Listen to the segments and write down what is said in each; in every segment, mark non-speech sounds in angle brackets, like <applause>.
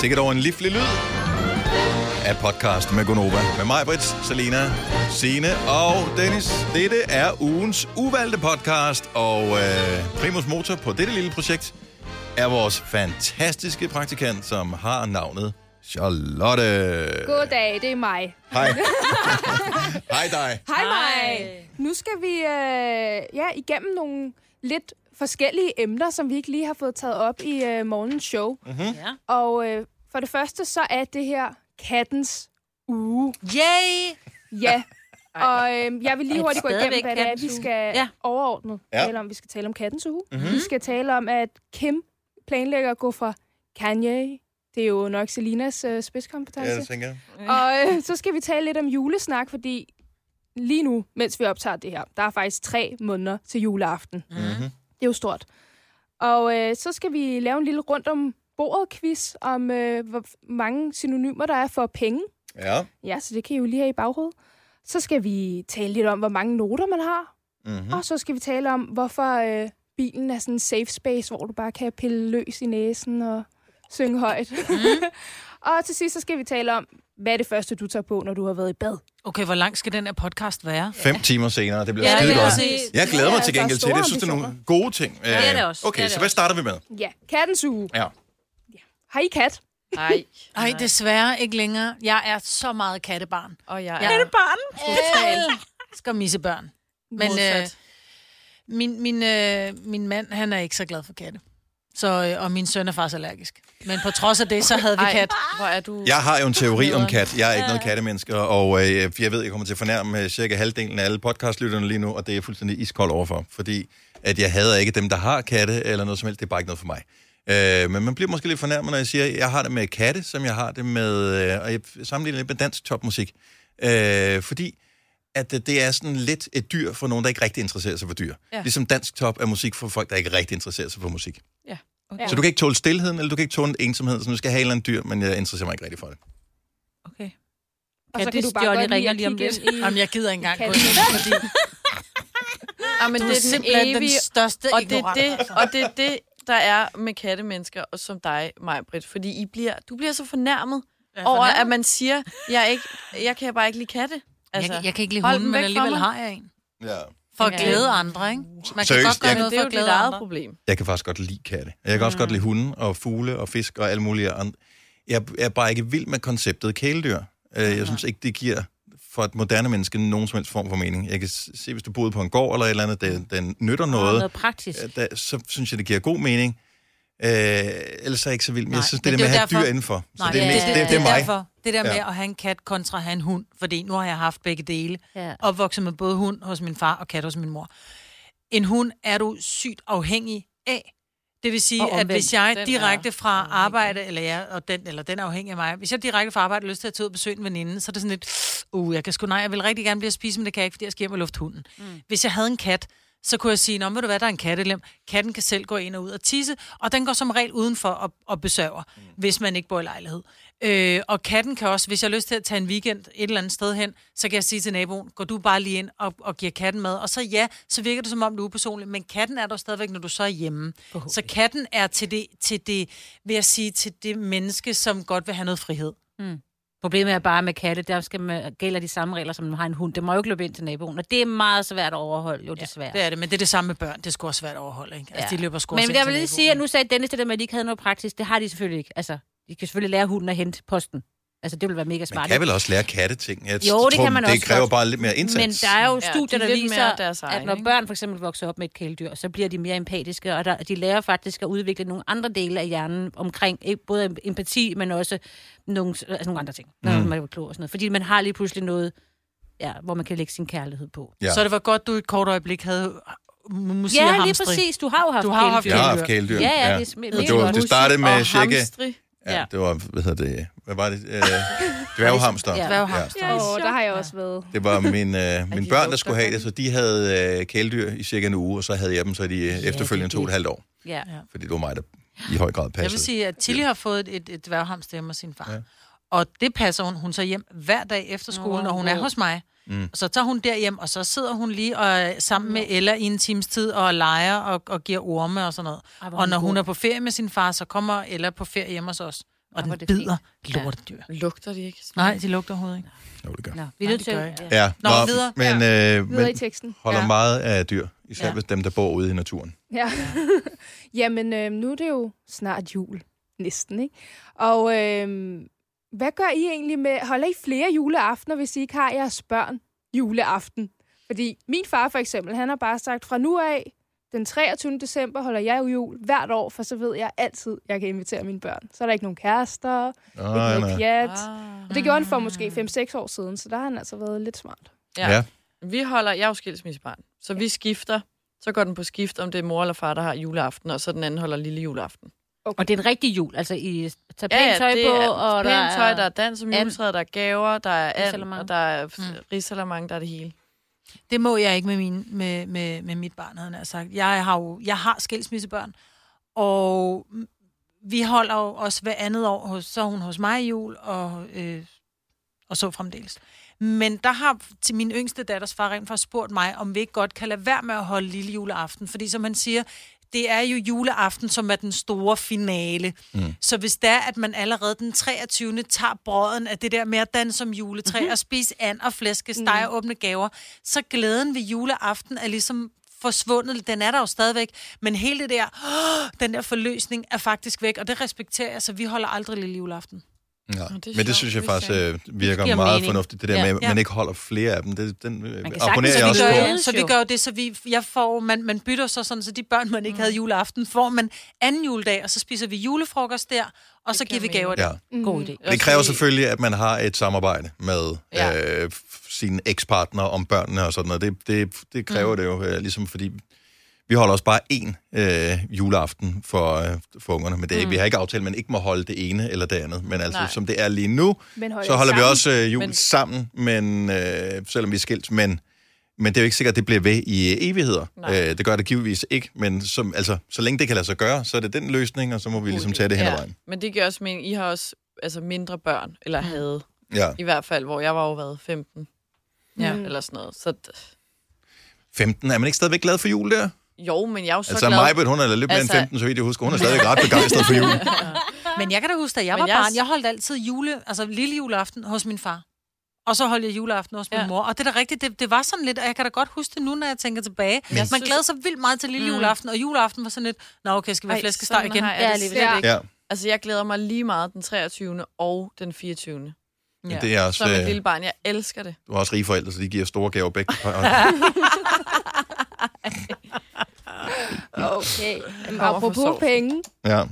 Sikkert over en livlig lyd af podcast med Gonova. Med mig, Brits, Selina, Sine og Dennis. Dette er ugens uvalgte podcast, og øh, primus motor på dette lille projekt er vores fantastiske praktikant, som har navnet Charlotte. Goddag, det er mig. Hej. Hej dig. Hej, Hej. mig. Nu skal vi øh, ja, igennem nogle lidt forskellige emner, som vi ikke lige har fået taget op i øh, morgens show. Ja. Og øh, for det første, så er det her kattens uge. Yay! Ja. Og øh, jeg vil lige Ej, hurtigt gå igennem, stadigvæk hvad det er, kattens vi uge. skal Ja. ja. overordnet Ja. Mhm. ja. tale om. Vi skal tale om kattens uge. Mm-hmm. Vi skal tale om, at Kim planlægger at gå fra Kanye. Det er jo nok Selinas øh, spidskompetence. Ja, det tænker jeg. Og øh, så skal vi tale lidt om julesnak, fordi lige nu, mens vi optager det her, der er faktisk tre måneder til juleaften. Mhm. Mm-hmm. Det er jo stort. Og øh, så skal vi lave en lille rundt om bordet quiz om, øh, hvor mange synonymer der er for penge. Ja. Ja, så det kan I jo lige have i baghovedet. Så skal vi tale lidt om, hvor mange noter man har. Mm-hmm. Mm. Og så skal vi tale om, hvorfor øh, bilen er sådan en safe space, hvor du bare kan pille løs i næsen og synge højt. Mm. <laughs> og til sidst så skal vi tale om, hvad er det første, du tager på, når du har været i bad? Okay, hvor lang skal den her podcast være? Fem timer senere, det bliver Ja, ja, skide det er godt. præcis. Jeg glæder Ja, mig til der er gengæld til det. Jeg store synes, det er nogle gode ting. Ja, det er det også. Okay, Det er så det hvad også. starter vi med? Ja, kattens uge. Ja. Har I kat? Nej. Nej, desværre ikke længere. Jeg er så meget kattebarn. Og jeg Ja. er Kattebarn? Total. Skal misse børn. Men øh, modsat. min, min, øh, min mand, han er ikke så glad for katte. Så, øh, og min søn er faktisk allergisk. Men på trods af det, så havde vi Ej, kat. hvor er du... Jeg har jo en teori om kat. Jeg er ikke noget kattemenneske, og øh, jeg ved, jeg kommer til at fornærme øh, cirka halvdelen af alle podcastlytterne lige nu, og det er jeg fuldstændig iskold overfor, fordi at jeg hader ikke dem, der har katte eller noget som helst. Det er bare ikke noget for mig. Øh, men man bliver måske lidt fornærmet, når jeg siger, at jeg har det med katte, som jeg har det med, øh, og jeg sammenligner lidt med dansk topmusik. Øh, fordi at øh, det er sådan lidt et dyr for nogen, der ikke rigtig interesserer sig for dyr. Ja. Ja. Ligesom dansk top er musik for folk, der ikke rigtig interesserer sig for musik. Ja. Så du kan ikke tåle stillheden, eller du kan ikke tåle ensomheden, så du skal have et eller andet dyr, men jeg interesserer mig ikke rigtig for det. Okay. Og Ja, så kan det du bare stjålne godt lide ringer at lige om kigge lidt. ind i... Jamen, jeg gider ikke engang gå Katte. ind, fordi Ah, men du det er er den simpelthen den evige... største altså. Og det, er ignorant. det, og det er det, der er med kattemennesker, og som dig, mig, Britt. Fordi I bliver, du bliver så fornærmet over, at man siger, jeg, er ikke, jeg kan bare ikke lide katte. Altså, jeg, jeg kan ikke lide hold hunden, den men væk fra alligevel mig. har jeg en. Ja. For at Ja. glæde andre, ikke? Man kan Seriøst, godt gøre jeg- noget det for er jo at dit glæde eget andre. problem. Jeg kan faktisk godt lide katte. Jeg kan mm. også godt lide hunde og fugle og fisk og alle mulige andre. Jeg er bare ikke vild med konceptet kæledyr. Øh, Jeg synes ikke, det giver for et moderne menneske nogen som helst form for mening. Jeg kan s- se, hvis du boede på en gård eller et eller andet, den, den nytter noget, noget praktisk. øh, der, så synes jeg, det giver god mening. Øh, ellers er jeg ikke så vild. Men jeg Nej, synes, det men der med det at have er jo et dyr derfor- indenfor. Så Nej, det, er mest, det, det, det er mig. derfor. Det der med Ja. at have en kat kontra at have en hund, fordi nu har jeg haft begge dele. Ja. Opvokset med både hund hos min far og kat hos min mor. En hund er du sygt afhængig af. Det vil sige, Og at omvendt. hvis jeg Den direkte er fra arbejde, eller, jeg, og den, eller den er afhængig af mig, hvis jeg direkte fra arbejde har lyst til at tage ud og besøge en veninde, så er det sådan lidt, uh, jeg kan sgu nej, jeg vil rigtig gerne blive at spise, men det kan jeg ikke, fordi jeg skal hjem og lufte hunden. Mm. Hvis jeg havde en kat, så kunne jeg sige, nå, ved du hvad, der er en kattelem. Katten kan selv gå ind og ud og tisse, og den går som regel udenfor og, og besøger, mm. hvis man ikke bor i lejlighed. Øh, og katten kan også, hvis jeg har lyst til at tage en weekend et eller andet sted hen, så kan jeg sige til naboen, går du bare lige ind og, og giver katten mad. Og så ja, så virker det som om du er upersonlig, men katten er der stadigvæk, når du så er hjemme. Så katten er til det, til det, vil jeg sige, til det menneske, som godt vil have noget frihed. Problemet er bare med katte, der skal man, gælder de samme regler, som man har en hund. Det må jo ikke løbe ind til naboen, og det er meget svært at overholde, jo desværre. Det er det, men det er det samme med børn. Det er sgu også svært at overholde, ikke? Altså, ja. de løber sgu også Men ind jeg til vil lige naboen. sige, at nu sagde Dennis det der med, at de ikke havde noget praktisk. Det har de selvfølgelig ikke. Altså, de kan selvfølgelig lære hunden at hente posten. Altså, det vil være mega Man smart. kan vel også lære katteting. Jeg Jo, det tror, kan man det også kræver godt. bare lidt mere indsats. Men der er jo Ja, studier, de er der lidt viser, mere deres egen, at når ikke? børn for eksempel vokser op med et kæledyr, så bliver de mere empatiske, og der, de lærer faktisk at udvikle nogle andre dele af hjernen omkring ikke både empati, men også nogle, altså nogle andre ting, når Mm. man er klog og sådan noget. Fordi man har lige pludselig noget, ja, hvor man kan lægge sin kærlighed på. Ja. Så det var godt, du i et kort øjeblik havde musik Ja, og lige hamstring. præcis. Du har jo haft Du har jo haft Jeg kæledyr. har haft kæledyr. Ja, ja, det er sm- Og mega det, var, godt. det startede med og cirka... hamstri. Ja, Ja. det var, hvad hedder det, hvad var det? Øh, dværghamster. Ja. Dværghamster. Åh, der har jeg også været. Det var min, øh, mine de børn, der lugter skulle have godt. det, så de havde øh, kæledyr i cirka en uge, og så havde jeg dem så de ja, efterfølgende det to og et halvt år. Ja. Fordi det var mig, der i høj grad passede. Jeg vil sige, at Tilly har fået et, et dværghamster hjemme hos sin far. Ja. Og det passer hun. Hun tager hjem hver dag efter skole, når hun er hos mig. Mm. Og så tager hun derhjem, og så sidder hun lige og, er sammen med Ella i en times tid og leger og, og giver orme og sådan noget. Ej, Ej, hvor og hun når god. hun er på ferie med sin far, så kommer Ella på ferie hjemme hos os. Og og hvor den er det bider fint. Ja. lortedyr. Lugter de ikke? Nej, de lugter overhovedet ikke. Jo, det gør. Nå, vi Nej, er nødt det til... gør jeg. Ja, Nå, videre. men, øh, Videre i men teksten. holder Ja. meget af dyr, især Ja. ja. dem, der bor ude i naturen. Ja. <laughs> Jamen, øh, nu er det jo snart jul. Næsten, ikke? Og øh, hvad gør I egentlig med... Holder I flere juleaftener, hvis I ikke har jeres børn juleaften? Fordi min far for eksempel, han har bare sagt, fra nu af, den 23. december holder jeg jo jul hvert år, for så ved jeg altid, jeg kan invitere mine børn. Så er der ikke nogen kærester, ikke Nej, noget nej. pjat. Ah. Og det gjorde han for måske 5-6 år siden, så der har han altså været lidt smart. Ja. Ja. Vi holder, jeg er jo skilsmissebarn, så vi skifter. Så går den på skift, om det er mor eller far, der har juleaften, og så den anden holder lille juleaften. Og det er en rigtig jul, altså I tager pænt tøj det på, er og pænt der tøj, er... der er dans om and. juletræet, der er gaver, der er and, Risalamande. og der er Mm. mm. risalamang, der er det hele. Det må jeg ikke med, min, med, med, med mit barn, havde jeg nær sagt. Jeg har jo jeg har skilsmissebørn, og vi holder jo også hver andet år, hos, så er hun hos mig i jul, og, øh, og så fremdeles. Men der har til min yngste datters far rent faktisk spurgt mig, om vi ikke godt kan lade være med at holde lille juleaften. Fordi som han siger, det er jo juleaften, som er den store finale. Mm. Så hvis det er, at man allerede den 23. tager brøden af det der med at danse som juletræ mm-hmm. og spise and og flæskesteg mm. og åbne gaver, så glæden ved juleaften er ligesom forsvundet. Den er der jo stadigvæk, men hele det der, åh, den der forløsning er faktisk væk, og det respekterer jeg, så vi holder aldrig lille juleaften. Ja. det er Men det sjovt, synes jeg hvis faktisk jeg- øh, virker giver meget mening. fornuftigt, det der Ja. med, at Ja. man ikke holder flere af dem. Det, den øh, kan sagtens abonnerer jeg have også flere på. af gør, på. jo- så vi gør jo det, så vi, jeg får, man, man bytter så sådan, så de børn, man ikke havde juleaften, får man anden juledag, og så spiser vi julefrokost der, og så giver vi gaver der. Ja. God idé. Det kræver selvfølgelig, at man har et samarbejde med Ja. ja. øh, f- sine ekspartner om børnene og sådan noget. Det, det, det kræver mm. det jo, øh, ligesom fordi vi holder også bare én øh, juleaften for, øh, for ungerne. Men det, er ikke- vi har ikke aftalt, at man ikke må holde det ene eller det andet. Men altså, Nej. Nej. som det er lige nu, Men holder så holder I vi sammen? også øh, jul Men- men... sammen, men, øh, selvom vi er skilt. Men, men det er jo ikke sikkert, at det bliver ved i øh, evigheder. Nej. Øh, det gør det givetvis ikke, men som, altså, så længe det kan lade sig gøre, så er det den løsning, og så må vi ligesom tage det hen ad vejen. Men det giver også mening. I har også altså, mindre børn, eller Mm. havde Ja. i hvert fald, hvor jeg var jo været 15. Ja. Mm. Eller sådan noget. Så d- 15, er man ikke stadigvæk glad for jul der? jo, men jeg er jo så Altså, glad. Majbet, hun er lidt mere Altså- end 15, så vidt jeg husker. Hun er stadigvæk ret begejstret for julen. Men jeg kan da huske, da jeg Men var jeg- barn, jeg holdt altid jule, altså lille juleaften hos min far. Og så holdt jeg juleaften hos min Ja. mor. Og det er da rigtigt, det, det var sådan lidt, og jeg kan da godt huske det nu, når jeg Mm. tænker tilbage. Men- Men, man glæder sig vildt meget til lille juleaften, og juleaften var sådan lidt, nå okay, skal vi have Ej, flæskesteg sådan igen? har jeg Ja, det lige slet præcis. ikke. Ja, Altså, jeg glæder mig lige meget den 23. og den 24. men det er også, Som et lille øh, barn. Jeg elsker det. du har også rige forældre, så de giver store gaver begge. Okay. Kommer fra Apropos sovsen. penge. Ja.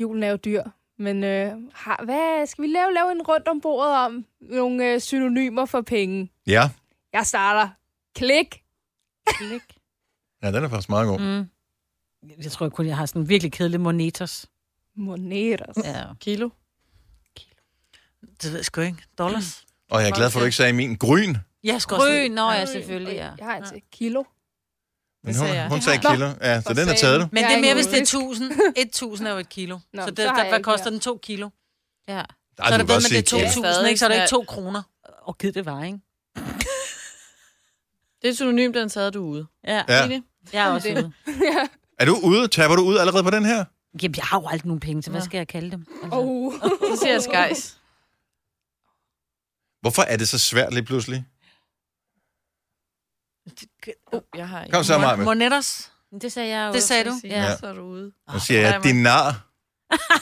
Julen er jo dyr. Men øh, har, hvad, skal vi lave, lave en rundt om bordet om nogle øh, synonymer for penge? ja. Jeg starter. Klik. Klik. Ja, den er faktisk meget god. Mm. Jeg tror kun, jeg har sådan virkelig kedelig monetos. Monetas. Ja. Kilo. Det ved jeg Mm. sgu ikke. Dollars? Og jeg er glad for, at du ikke sagde min gryn. Ja, jeg skal også Grøn, nå ja, Øj, selvfølgelig, ja. øj, Jeg har altså kilo. Men Det hun, sagde jeg. hun sagde Nå, kilo. Ja, så for den er satan. taget du. Men Jeg det er er mere, ikke hvis det <laughs> er juridisk. 1000. <laughs> 1000 er jo et kilo. Nå, Nå, så men det, så har der, jeg hvad ikke koster mere. den? 2 kilo. ja. Ej, Så du er det kan ved godt man, det sige er kilo. 2000, ikke? Så er det Ja. ikke 2 kroner. Og gid det var, ikke? Det er synonym, den sad du ude. Ja, Ja. Signe? jeg er også ude. Er du ude? Taber du ud allerede på den her? Jamen, jeg har jo aldrig nogen penge, så hvad Nå. skal jeg kalde dem? Altså, Oh. Så siger jeg skejs. Hvorfor er det så svært lige pludselig? Uh, jeg har en. Kom så, Maja. Monetters? Altså, Det sagde jeg jo. Det sagde du? Ja. Ja. Så er du ude. Nu siger jeg dinar.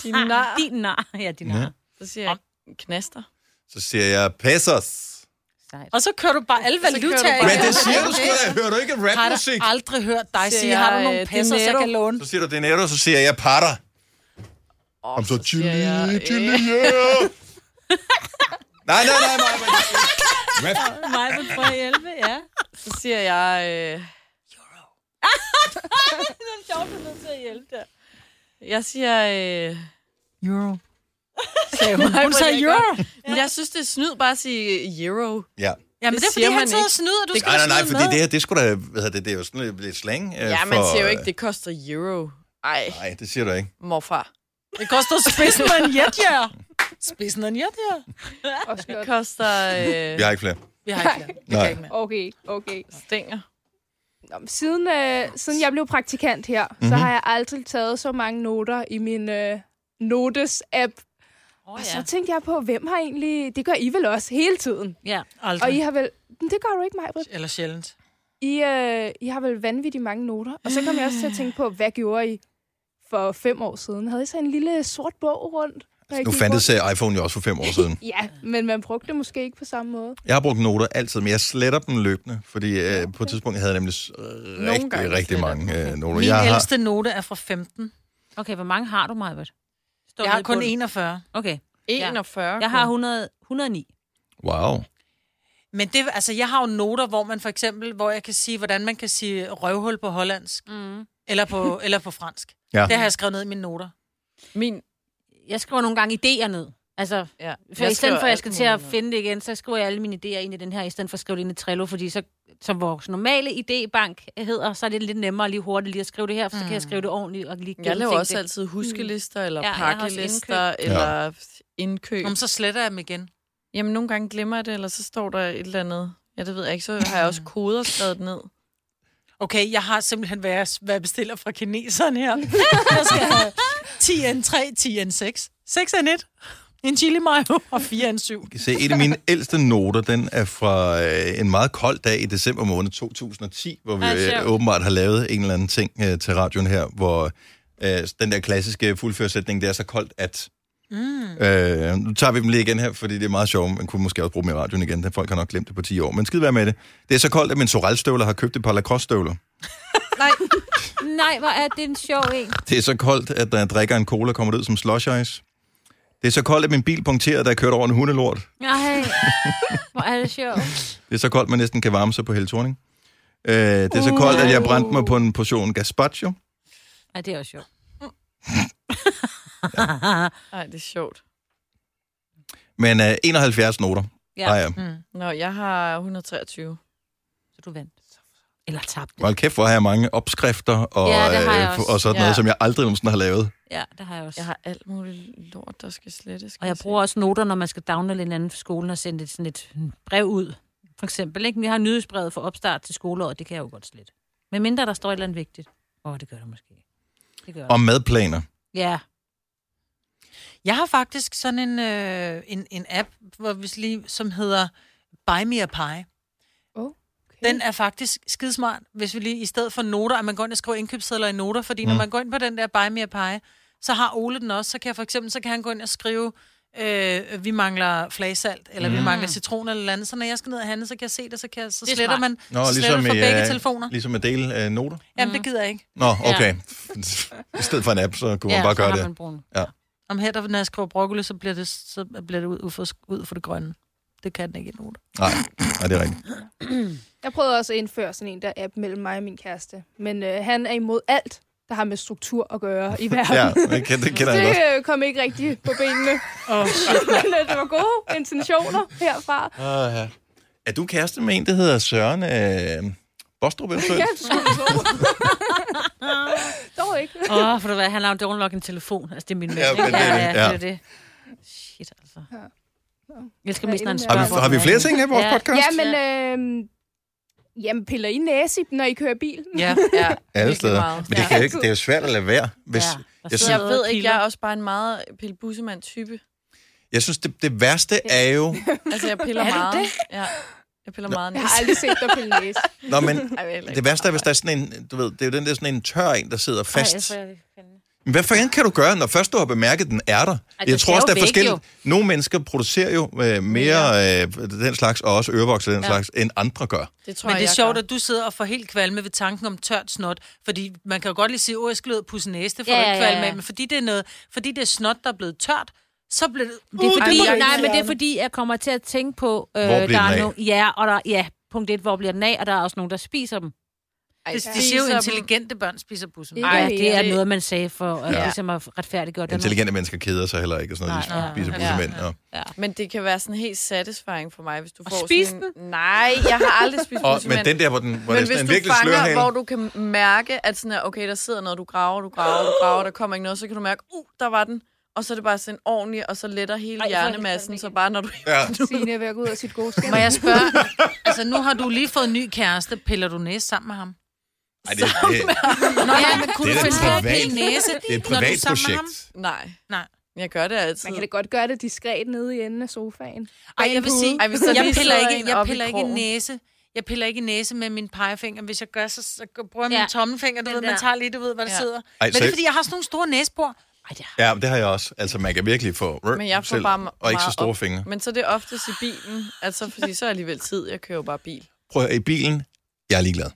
Din nar. Ah, Din nar. <laughs> Ja, din Ja. nar. <laughs> Så siger jeg <laughs> knaster. Så siger jeg pesos. Sejt. Og så kører du bare alle Så kører du valutaer. bare- Men igennem. det siger du sgu da. Hører du ikke har rapmusik? da aldrig hørt dig Siger sige, har du jeg, nogle øh, passer, så jeg dinero? kan låne? Så siger du dinero, så siger jeg parter. Oh, Om så chili, <laughs> chili, øh, yeah. Nej, nej, nej, nej. nej. Rap. Mig på 311, ja. så siger jeg... Øh, <laughs> Det er sjovt, du er nødt til at hjælpe dig. jeg siger... Øh, Euro. <laughs> Sagde hun. hun sagde jeg euro. men jeg synes, det er snyd bare at sige euro. Ja. Jamen, det, Det er fordi, siger han man sidder ikke. og snyder, du skal Nej, nej, nej, snyde fordi med. det her, det er sgu da, hvad hedder det, det er jo sådan lidt- lidt slang. Øh, Ja, man for, siger jo ikke, det koster euro. Ej, Nej, det siger du ikke. morfar. Det koster spidsen og en jet, ja. Spidsen og en jet, ja. Også Det godt. koster Vi øh, har ikke flere. Vi har ikke flere. Vi Nej. kan ikke mere. Okay, okay. stænger. Nå, men siden, øh, siden jeg blev Mhm. praktikant her, mm-hmm. så har jeg aldrig taget så mange noter i min øh, notes-app. Og så tænkte jeg på, hvem har egentlig... Det gør I vel også hele tiden. Ja. Aldrig. Og I har vel... Men Det gør du ikke, Majbrit. Eller sjældent. I, øh, I har vel vanvittigt mange noter. Og så kom jeg også til at tænke på, hvad gjorde I for fem år siden? Havde I så en lille sort bog rundt? når I Nu gik fandtes rundt? øh, iPhone jo også for fem år siden. <laughs> Ja, men man brugte det måske ikke på samme måde. Jeg har brugt noter altid, men jeg sletter dem løbende, fordi øh, på et tidspunkt havde jeg nemlig s- rigtig, gange rigtig sletter mange øh, noter. Min Jeg har, ældste note er fra 15. Okay, hvor mange har du, Majbert? Står Jeg har nede i kun bunden. 41. Okay. 41. Jeg har 100, 109. wow. Men det, altså, jeg har jo noter, hvor man for eksempel, hvor jeg kan sige, hvordan man kan sige røvhul på hollandsk, Mm. eller på, eller på fransk. Ja. Det har jeg skrevet ned i mine noter. Min, Jeg skriver nogle gange idéer ned. Altså, ja. for i stedet for, at jeg skal til at finde... finde det igen, så skriver jeg alle mine idéer ind i den her, i stedet for at skrive det ind i Trello, fordi så, som vores normale idébank hedder, så er det lidt nemmere lige hurtigt lige at skrive det her, for så kan jeg skrive det ordentligt og lige Mm. Jeg laver gennemtænke også det. altid huskelister, eller Ja, Mm. ja, jeg har også pakkelister, eller ja. indkøb. Om så sletter jeg dem igen. Jamen, nogle gange glemmer jeg det, eller så står der et eller andet. Ja, det ved jeg ikke. Så har jeg også koder skrevet ned. Okay, jeg har simpelthen, hvad jeg, hvad jeg bestiller fra kineserne her. <laughs> Jeg skal have 10 n 3, 10 n 6, 6 n 1, en chili mayo og 4 n 7. kan se, en af mine ældste noter, den er fra øh, en meget kold dag i december måned 2010, hvor vi Ej, øh, sjovt. åbenbart har lavet en eller anden ting øh, til radioen her, hvor øh, den der klassiske fuldførsætning, det er så koldt, at... Mm. Øh, nu tager vi dem lige igen her, fordi det er meget sjovt. Man kunne måske også bruge dem i radioen igen, da folk har nok glemt det på 10 år. Men skid være med det. Det er så koldt, at min sorelstøvler har købt et par lacrosse-støvler. Nej, <laughs> nej, hvor er det en sjov en. Det er så koldt, at når jeg drikker en cola, kommer det ud som slush ice. Det er så koldt, at min bil punkterede, da jeg kørte over en hundelort. Nej, hvor er det sjov. Det er så koldt, man næsten kan varme sig på hele Thorning. Øh, det er så Mm. koldt, at jeg brændte mig på en portion gazpacho. Ja, det er også sjovt. Nej, det er sjovt. Men øh, 71 noter. Ja. Ja. Ej, ja. Nå, jeg har 123. Så du vandt. Eller tabte. Hold kæft, hvor har jeg mange opskrifter og, Ja, det har jeg øh, også. og sådan noget, Ja. som jeg aldrig nogensinde har lavet. Ja, det har jeg også. Jeg har alt muligt lort, der skal slettes. kan Og jeg se. bruger også noter, når man skal downloade en eller anden fra skolen og sende et, sådan et brev ud. For eksempel, ikke? Vi har nyhedsbrevet for opstart til skoleåret, det kan jeg jo godt slette. Men mindre der står et eller andet vigtigt. Åh, oh, det gør der måske. Det gør der. Og madplaner. Ja, Jeg har faktisk sådan en, øh, en, en app, hvor vi lige, som hedder Buy Me a Pie. Okay. Mm. Den er faktisk skidesmart, hvis vi lige i stedet for noter, at man går ind og skriver indkøbssedler i noter, fordi mm. når man går ind på den der Buy Me a Pie, så har Ole den også, så kan jeg for eksempel, så kan han gå ind og skrive, øh, vi mangler flagsalt, eller mm. vi mangler citron eller noget andet, så når jeg skal ned og handle, så kan jeg se det, så, kan jeg, så Det er sletter smart. man Nå, så sletter ligesom, for i, begge øh, telefoner. ligesom at dele øh, noter. Jamen, det gider jeg ikke. Nå, okay. I stedet for en app, så kunne man ja bare så gøre har det. man brun. Om her, der, når jeg skriver broccoli, så bliver det, så bliver det ud, ud, for, ud for det grønne. Det kan den ikke i noter. Nej, nej, det er rigtigt. Jeg prøvede også at indføre sådan en der app mellem mig og min kæreste. Men øh, han er imod alt, der har med struktur at gøre <laughs> i verden. Ja, ja. det kender, det kender jeg godt. Det øh, kom ikke rigtigt på benene. <laughs> Åh, Men øh, det var gode intentioner <laughs> herfra. Uh, ja. Er du kæreste med en, der hedder Søren øh, Bostrup? Ja, Ja. det skulle du tro. <laughs> Dog ikke. Åh, oh, for du hvad, han har jo downlock en telefon. Altså, det er min mand. Ja, ikke? men det er det. ja, Ja. det er det. Shit, altså. Ja. Jeg skal mest, når han Har Har spørger, vi, hvor har vi den er flere henne. ting her i vores Ja. podcast? Ja, men... Øh, jamen, piller I næse, i dem, når I kører bil? <laughs> ja. Ja, Alle virkelig steder. meget. Men det, Ja. kan jo ikke, det er jo svært at lade være. Hvis, Ja, ja. der jeg, sidder synes, Jeg noget ved ikke, piller. jeg er også bare en meget pillebussemand-type. jeg synes, det, det værste er jo... Altså, jeg <laughs> piller Er du meget. det? Ja, jeg piller meget Jeg næse. har aldrig set dig pille næse. Nå, men <laughs> Ej, jeg heller ikke. det værste er, hvis der er sådan en... Du ved, det er jo den der sådan en tør en, der sidder Ej, jeg fast. tror, jeg vil finde- Men hvad fanden kan du gøre, når først du har bemærket, den er der? den Jeg tror også, der skal er jo væk, forskelligt. Nogle mennesker producerer jo øh, mere øh, den slags, og også ørevokser den slags, end andre gør. det tror Men jeg, det er jeg sjovt, gør. at du sidder og får helt kvalme ved tanken om tørt snot, fordi man kan jo godt lige sige, åh, jeg skal ud og pusse næse, det får Ja, ja, du ikke ja, kvalme ja. af, men fordi det er noget, fordi det er snot, der er blevet tørt, så bliver det... Det er Uh, fordi, må du det ikke nej, sige. men det er fordi, jeg kommer til at tænke på... Øh, bliver der den af? er no- ja, og der, ja, punkt et, hvor bliver den af, og der er også nogen, der spiser dem. Ej, Uh, Det, det siger jo, spiser intelligente børn spiser busser. Ikke Nej, det er mere. noget, man sagde for at Ja. ja. ligesom at retfærdiggøre det. Intelligente mennesker keder sig heller ikke, og sådan noget. Nej, De ja. spiser Ja. bussemænd. Og, dem. Men det kan være sådan helt satisfying for mig, hvis du får spise sådan... En... Nej, jeg har aldrig <laughs> spist og, bussemænd. men den der, hvor den, hvor Men den hvis sådan du virkelig slører fanger, halen. hvor du kan mærke, at sådan her, okay, der sidder noget, du graver, du graver, du graver, der kommer ikke noget, så kan du mærke, uh, der var den. Og så er det bare sådan ordentligt, og så letter hele Ej, Ej, jeg får helt hjernemassen, kvalme så bare når du... <laughs> Ja. Signe er ved at gå ud af sit gode skin. Må jeg spørge, altså nu har du lige fået en ny kæreste, piller du næse sammen med ham? Ej, det, det, <laughs> Nå ja, men kunne Det du er da finde på privat. at pille næse, det er et når du privat er sammen med ham? projekt. Nej. Nej. Jeg gør det altid. <laughs> Man kan da godt gøre det diskret nede i enden af sofaen. Ej, jeg vil sige, Ej, hvis der <laughs> jeg lige piller sidder ikke, en jeg oppe i piller ikke krogen. næse. Jeg piller ikke næse med min pegefinger. Hvis jeg gør, så, så bruger jeg Ja. min tommelfinger. Du Den ved, man der. tager lige, du ved, hvor det Ja. sidder. Ej, Men så- det er, fordi jeg har sådan nogle store næsbor. Ej, det har Ja, men det har jeg også. Altså, man kan virkelig få rør Men jeg får selv, bare me- og ikke så meget store op. fingre. Men så er det oftest i bilen, altså, fordi så er alligevel tid. Jeg kører jo bare bil. Prøv at høre, i bilen, jeg er ligeglad.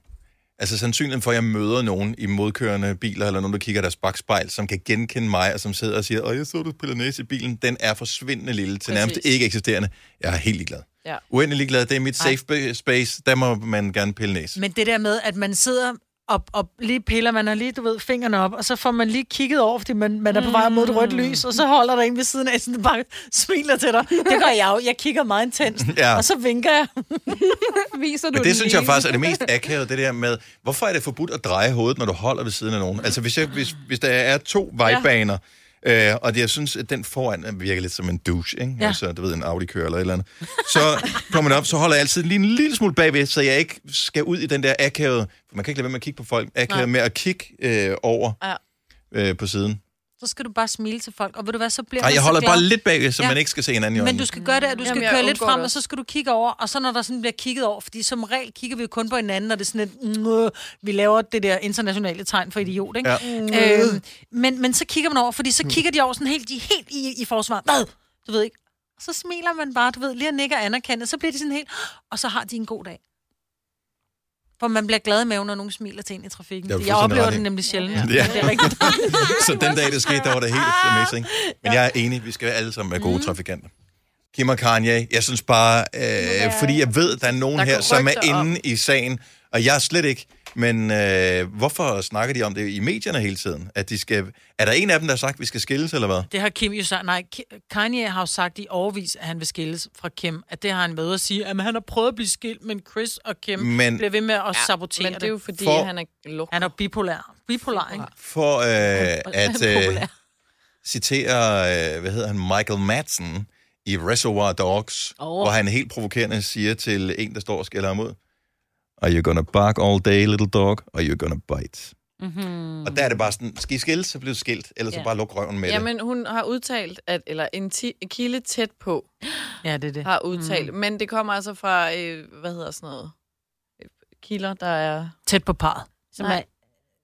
Altså sandsynligheden for, at jeg møder nogen i modkørende biler, eller nogen, der kigger i deres bagspejl, som kan genkende mig, og som sidder og siger, åh, jeg så, du piller næse i bilen, den er forsvindende lille til nærmest Præcis. ikke eksisterende. Jeg er helt ligeglad. Ja. Uendelig ligeglad, det er mit safe ba- space, der må man gerne pille næse. Men det der med, at man sidder og, og lige piller, man har lige, du ved, fingrene op, og så får man lige kigget over, fordi man, man er på vej mod et rødt lys, og så holder der en ved siden af, sådan bare smiler til dig. Det gør jeg jo. Jeg kigger meget intenst, <laughs> Ja. og så vinker jeg. Viser du Men den det synes jeg lige? faktisk er det mest akavede, det der med, hvorfor er det forbudt at dreje hovedet, når du holder ved siden af nogen? Altså hvis, jeg, hvis, hvis der er to vejbaner, ja. øh, og det- jeg synes, at den foran øh, virker lidt som en douche, ikke? Ja. Ja. Altså, du ved, en Audi kører eller et eller andet. Så kommer man op, så holder jeg altid lige en lille smule bagved, så jeg ikke skal ud i den der akavede, for man kan ikke lade være med at kigge på folk, akavede med at kigge øh, over Ja. øh, på siden. Så skal du bare smile til folk, og ved du hvad, så bliver Nej, man jeg så holder glad. bare lidt bagved, så Ja. man ikke skal se hinanden i Men du øjnene. skal gøre det, at du skal Jamen, jeg Jamen, køre lidt undgår frem, det og også. så skal du kigge over, og så når der sådan bliver kigget over, fordi som regel kigger vi jo kun på hinanden, og det er sådan et, "Mm, øh", vi laver det der internationale tegn for idiot, ikke? Ja. Øh. Mm. Ja. Øh, Øhm, men, men så kigger man over, fordi så kigger de over sådan helt, de er helt i, i forsvar. Hvad? Du ved ikke. Og så smiler man bare, du ved, lige og nikker anerkendt, og så bliver de sådan helt, og så har de en god dag. For man bliver glad i maven, når nogen smiler til en i trafikken. Det er du Jeg, jeg fuldstændig oplever ret i. det nemlig sjældent. Ja. Ja. Det er rigtigt. <laughs> Så den dag, det skete, der var det helt amazing. Men jeg er enig, vi skal alle sammen være gode mm. trafikanter. Kim og Kanye, jeg synes bare, øh, fordi jeg ved, der er nogen Der her, går som er rygter om. inde i sagen, og jeg er slet ikke. Men øh, hvorfor snakker de om det i medierne hele tiden? At de skal, er der en af dem, der har sagt, at vi skal skilles, eller hvad? Det har Kim jo sagt. Nej, Ki- Kanye har jo sagt i overvis, at han vil skilles fra Kim. At det har han med at sige, at han har prøvet at blive skilt, men Chris og Kim Men- men, bliver ved med at ja, sabotere Men det er jo, det. fordi For- For... han er luk. Han er jo bipolar. Bipolar, ikke? For øh, at øh, populær. citere, øh, hvad hedder han, Michael Madsen i Reservoir Dogs, oh. Åh. hvor han helt provokerende siger til en, der står og skælder ham ud, Are you gonna bark all day, little dog? Are you gonna bite? Mm-hmm. Og der er det bare sådan, skal I skille, så bliver du skilt, ellers så Ja. bare luk røven med det. Jamen, hun har udtalt, at, eller en ti- kilde tæt på Ja, det er det. har udtalt, mm. men det kommer altså fra, øh, hvad hedder sådan noget, Øh, kilder, der er... Tæt på parret. Som Nej.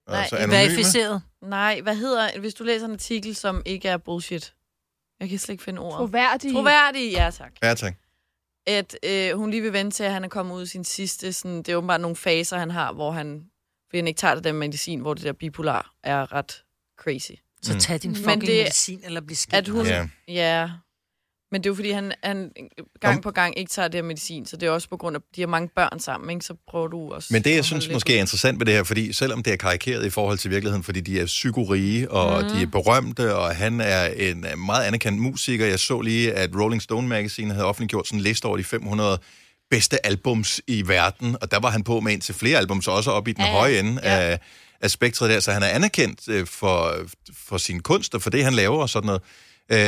er, Og så nej, anonyme. Verificeret. Nej, hvad hedder, hvis du læser en artikel, som ikke er bullshit? Jeg kan slet ikke finde ordet. Troværdig. Troværdig, ja tak. Ja, tak. At øh, hun lige vil vente til, at han er kommet ud i sin sidste, sådan, det er åbenbart nogle faser, han har, hvor han, fordi han ikke tager det der medicin, hvor det der bipolar er ret crazy. Mm. Så tag din Men fucking det- medicin, eller bliv skilt. At hun, Ja. ja. ja. Men det er jo fordi, han, han gang på gang ikke tager det her medicin, så det er også på grund af, de har mange børn sammen, ikke? så prøver du også... Men det, jeg at holde synes lidt måske er interessant ved det her, fordi selvom det er karikeret i forhold til virkeligheden, fordi de er psykorige, og mm. de er berømte, og han er en øh, meget anerkendt musiker. Jeg så lige, at Rolling Stone Magazine havde offentliggjort sådan en liste over de 500 bedste albums i verden, og der var han på med en til flere albums, også oppe i den ja, Ja, ja. høje ende ja. af, af spektret der, så han er anerkendt øh, for, for sin kunst og for det, han laver og sådan noget.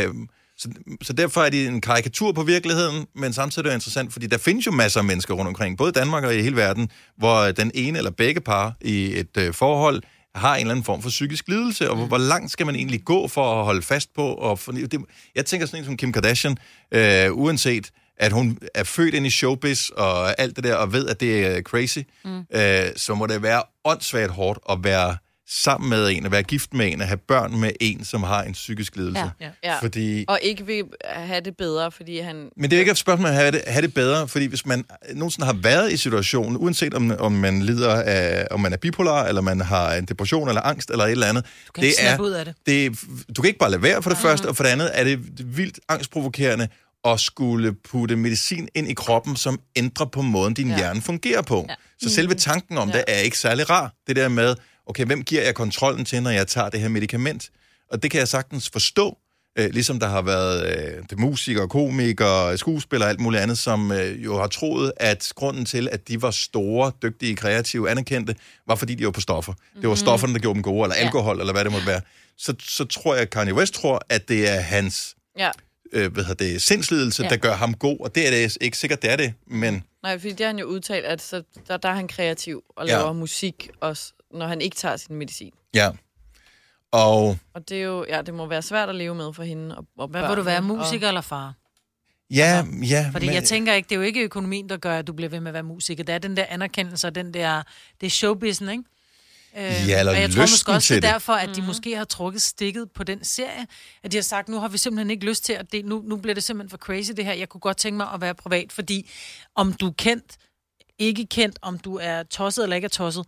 Øh, så, så derfor er det en karikatur på virkeligheden, men samtidig er det interessant, fordi der findes jo masser af mennesker rundt omkring, både i Danmark og i hele verden, hvor den ene eller begge par i et øh, forhold har en eller anden form for psykisk lidelse, og hvor, hvor langt skal man egentlig gå for at holde fast på? Og for, det, jeg tænker sådan en som Kim Kardashian, øh, uanset at hun er født ind i showbiz og alt det der, og ved, at det er crazy, mm. øh, så må det være åndssvagt hårdt at være sammen med en, at være gift med en, at have børn med en, som har en psykisk lidelse. Ja. Ja. Ja. Fordi Og ikke vil have det bedre, fordi han... men det er ikke et spørgsmål om at have det, have det bedre, fordi hvis man nogensinde har været i situationen, uanset om, om man lider af, om man er bipolar, eller man har en depression, eller angst, eller et eller andet. Du kan ikke snappe ud af det. det. er- Du kan ikke bare lade være for det første, og for det andet er det vildt angstprovokerende at skulle putte medicin ind i kroppen, som ændrer på måden, din ja. hjerne fungerer på. Ja. Så selve tanken om ja. det er ikke særlig rar. Det der med, okay, hvem giver jeg kontrollen til, når jeg tager det her medicament? Og det kan jeg sagtens forstå, Øh, ligesom der har været øh, det musikere, komikere, skuespillere og alt muligt andet, som øh, jo har troet, at grunden til, at de var store, dygtige, kreative, anerkendte, var fordi de var på stoffer. Det Mhm. var stofferne, der gjorde dem gode, eller alkohol, eller hvad det måtte være. Så, så tror jeg, at Kanye West tror, at det er hans Ja. øh, hvad hedder det, sindslidelse, ja. Ja. der gør ham god, og det er det ikke sikkert, det er det, men Nej, fordi det har han jo udtalt, at så, der, der er han kreativ og Ja. laver musik også, når han ikke tager sin medicin. ja. Og Og det er jo, ja, det må være svært at leve med for hende og, og Hvad vil du børnene, være, musiker eller far? ja, ja. Fordi men... jeg tænker ikke, det er jo ikke økonomien, der gør, at du bliver ved med at være musiker. Det er den der anerkendelse og den der, det er showbizen, ikke? Øh, Ja, eller og jeg lysten tror måske også, til det det. er derfor, at de måske har trukket stikket på den serie, at de har sagt, nu har vi simpelthen ikke lyst til, at det, nu, nu bliver det simpelthen for crazy det her, jeg kunne godt tænke mig at være privat, fordi om du er kendt, ikke kendt, om du er tosset eller ikke er tosset,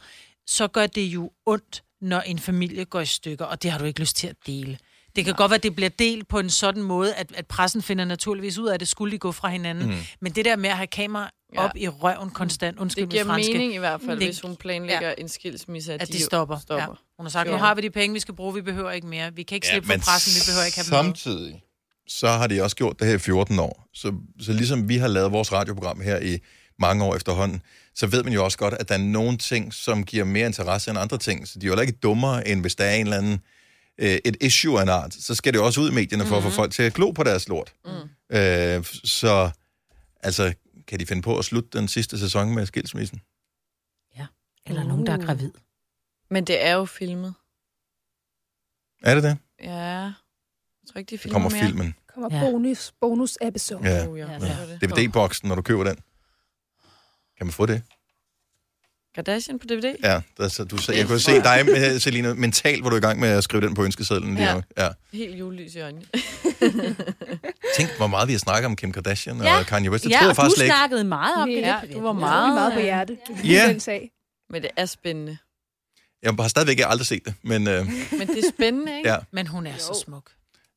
så gør det jo ondt, når en familie går i stykker, og det har du ikke lyst til at dele. Det kan godt være, at det bliver delt på en sådan måde, at, at pressen finder naturligvis ud af, at det skulle de gå fra hinanden. Mm. Men det der med at have kamera Ja. op i røven konstant, undskyld Det det giver franske, mening i hvert fald, Det- hvis hun planlægger ja. en skilsmisse, at, at de stopper. stopper. Ja. Hun har sagt, Ja. nu har vi de penge, vi skal bruge, vi behøver ikke mere. Vi kan ikke slippe ja, men for pressen, vi behøver ikke have dem med. Samtidig, så har de også gjort det her i 14 år. Så, så ligesom vi har lavet vores radioprogram her i mange år efterhånden, så ved man jo også godt, at der er nogle ting, som giver mere interesse end andre ting. Så de er jo heller ikke dummere, end hvis der er en eller anden øh, et issue af en art, så skal det jo også ud i medierne for mm-hmm. Mhm. at få folk til at glo på deres lort. Mm. Øh, så altså, kan de finde på at slutte den sidste sæson med skilsmissen? Eller nogen, der er gravid. Men det er jo filmet. Er det det? Ja. Jeg tror ikke, de Det filmer kommer mere. filmen. Kommer Ja. bonus, bonus episode. Ja. Oh, ja. Ja. det var det. DVD-boksen, når du køber den. Kan man få det? Kardashian på DVD? Ja, der, så du, så, jeg kunne se dig, med, Selina, mentalt var du i gang med at skrive den på ønskesedlen. lige Ja. nu. ja. Helt julelys i øjnene. Tænk, hvor meget vi har snakket om Kim Kardashian og Ja. Kanye West. Det ja, Ja, troede jeg og du faktisk slet ikke. snakkede meget om det. Ja, lidt. du var Jeg har Meget, meget på øh, hjertet. Ja. Yeah. Den sag. Men det er spændende. Jeg har stadigvæk aldrig set det, men øh, Men det er spændende, ikke? Ja. Men hun er jo. så smuk.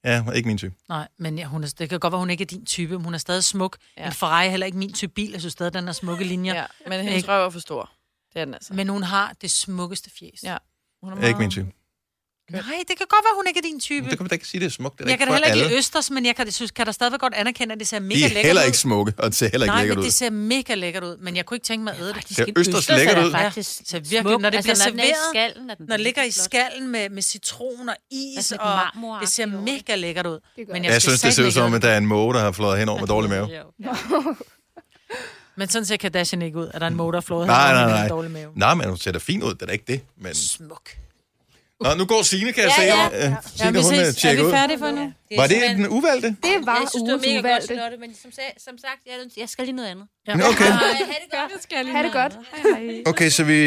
ja, ikke min type. Nej, men ja, hun er, det kan godt være, hun ikke er din type, men hun er stadig smuk. Ja. Ja. En Ferrari er heller ikke min type bil, jeg synes stadig, den er smukke linjer. Ja. ja. Men hendes Ikke? røv er for stor. Det er den altså. Men hun har det smukkeste fjes. Ja. Hun er Jeg er ikke min type. Nej, det kan godt være, hun ikke er din type. Men Det kan man da ikke sige, det er smukt. Det er da Jeg kan da for heller ikke alle. lide østers, men jeg kan, synes, kan da stadigvæk godt anerkende, at det ser mega De lækkert er heller ud. ikke smukke, og det ser heller ikke Nej, lækkert men ud. det ser mega lækkert ud, men jeg kunne ikke tænke mig at æde det. Ja, østers østers er lækkert da ud. faktisk Ja, så virkelig, smuk. når det bliver når den er i serveret, skallen, er den Når det ligger i flot. skallen med, med citron og is, Altså lidt og det marmoragtigt ser over det. mega lækkert ud. Det gør Men det. Jeg, jeg skal synes, det ser ud satme som, ikke at der er en måge, der har flået hen over med dårlig mave. Ja. Men sådan ser Kardashian ikke ud, at der er en motor flået Nej, nej, med nej. en dårlig mave. Nej, men hun ser da fint ud, det er da ikke det. Men... Smuk. Nå, nu går Signe, kan jeg Ja, se. ja. Øh, Signe, hun øh, Er tjekker vi ud. færdige for nu? Var det den uvalgte? Det var Jeg synes, det ugens var mega godt, udvalgte. Charlotte, men som, sag, som sagt, jeg, er nødt til- jeg skal lige noget andet. Ja. Okay, Ej, ha' det godt. Jeg skal lige Ha' det godt. okay så vi,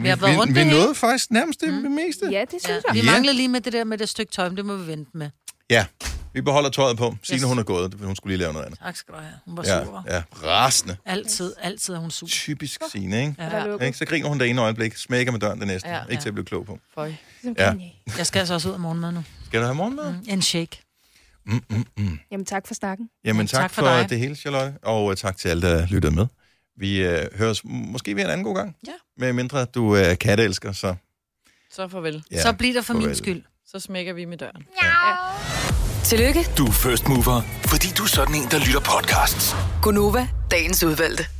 vi, har været rundt Mm. vi, vi det hele. nåede faktisk nærmest det meste. Ja, det synes jeg. Vi Ja. manglede lige med det der med det stykke tøj, men det må vi vente med. Ja, vi beholder tøjet på. Signe, Yes. hun er gået. Hun skulle lige lave noget andet. Tak skal du have. Hun var Ja, sur. ja. Rasende. Altid, altid er hun sur. Typisk Signe, ikke? Der er Ja. lukket. Ikke? Så griner hun det ene øjeblik, smækker med døren det næste. Ja, Ja, Ikke til at blive klog på. Føj. Ligesom Ja. Kanye. Jeg skal altså også ud af morgenmad nu. Skal du have morgenmad? Mm. En shake. Jamen tak for snakken. Jamen tak, Mm. Tak tak for for, for dig. det hele, Charlotte. Og øh, tak til alle, der lyttede med. Vi øh, høres m- måske ved en anden god gang. Ja. Med mindre du er øh, katteelsker, så... Så farvel. Ja. Så bliver der for min farvel. skyld. Så smækker vi med døren. Tillykke, Du er first mover, fordi du er sådan en, der lytter podcasts. Gunova, dagens udvalgte.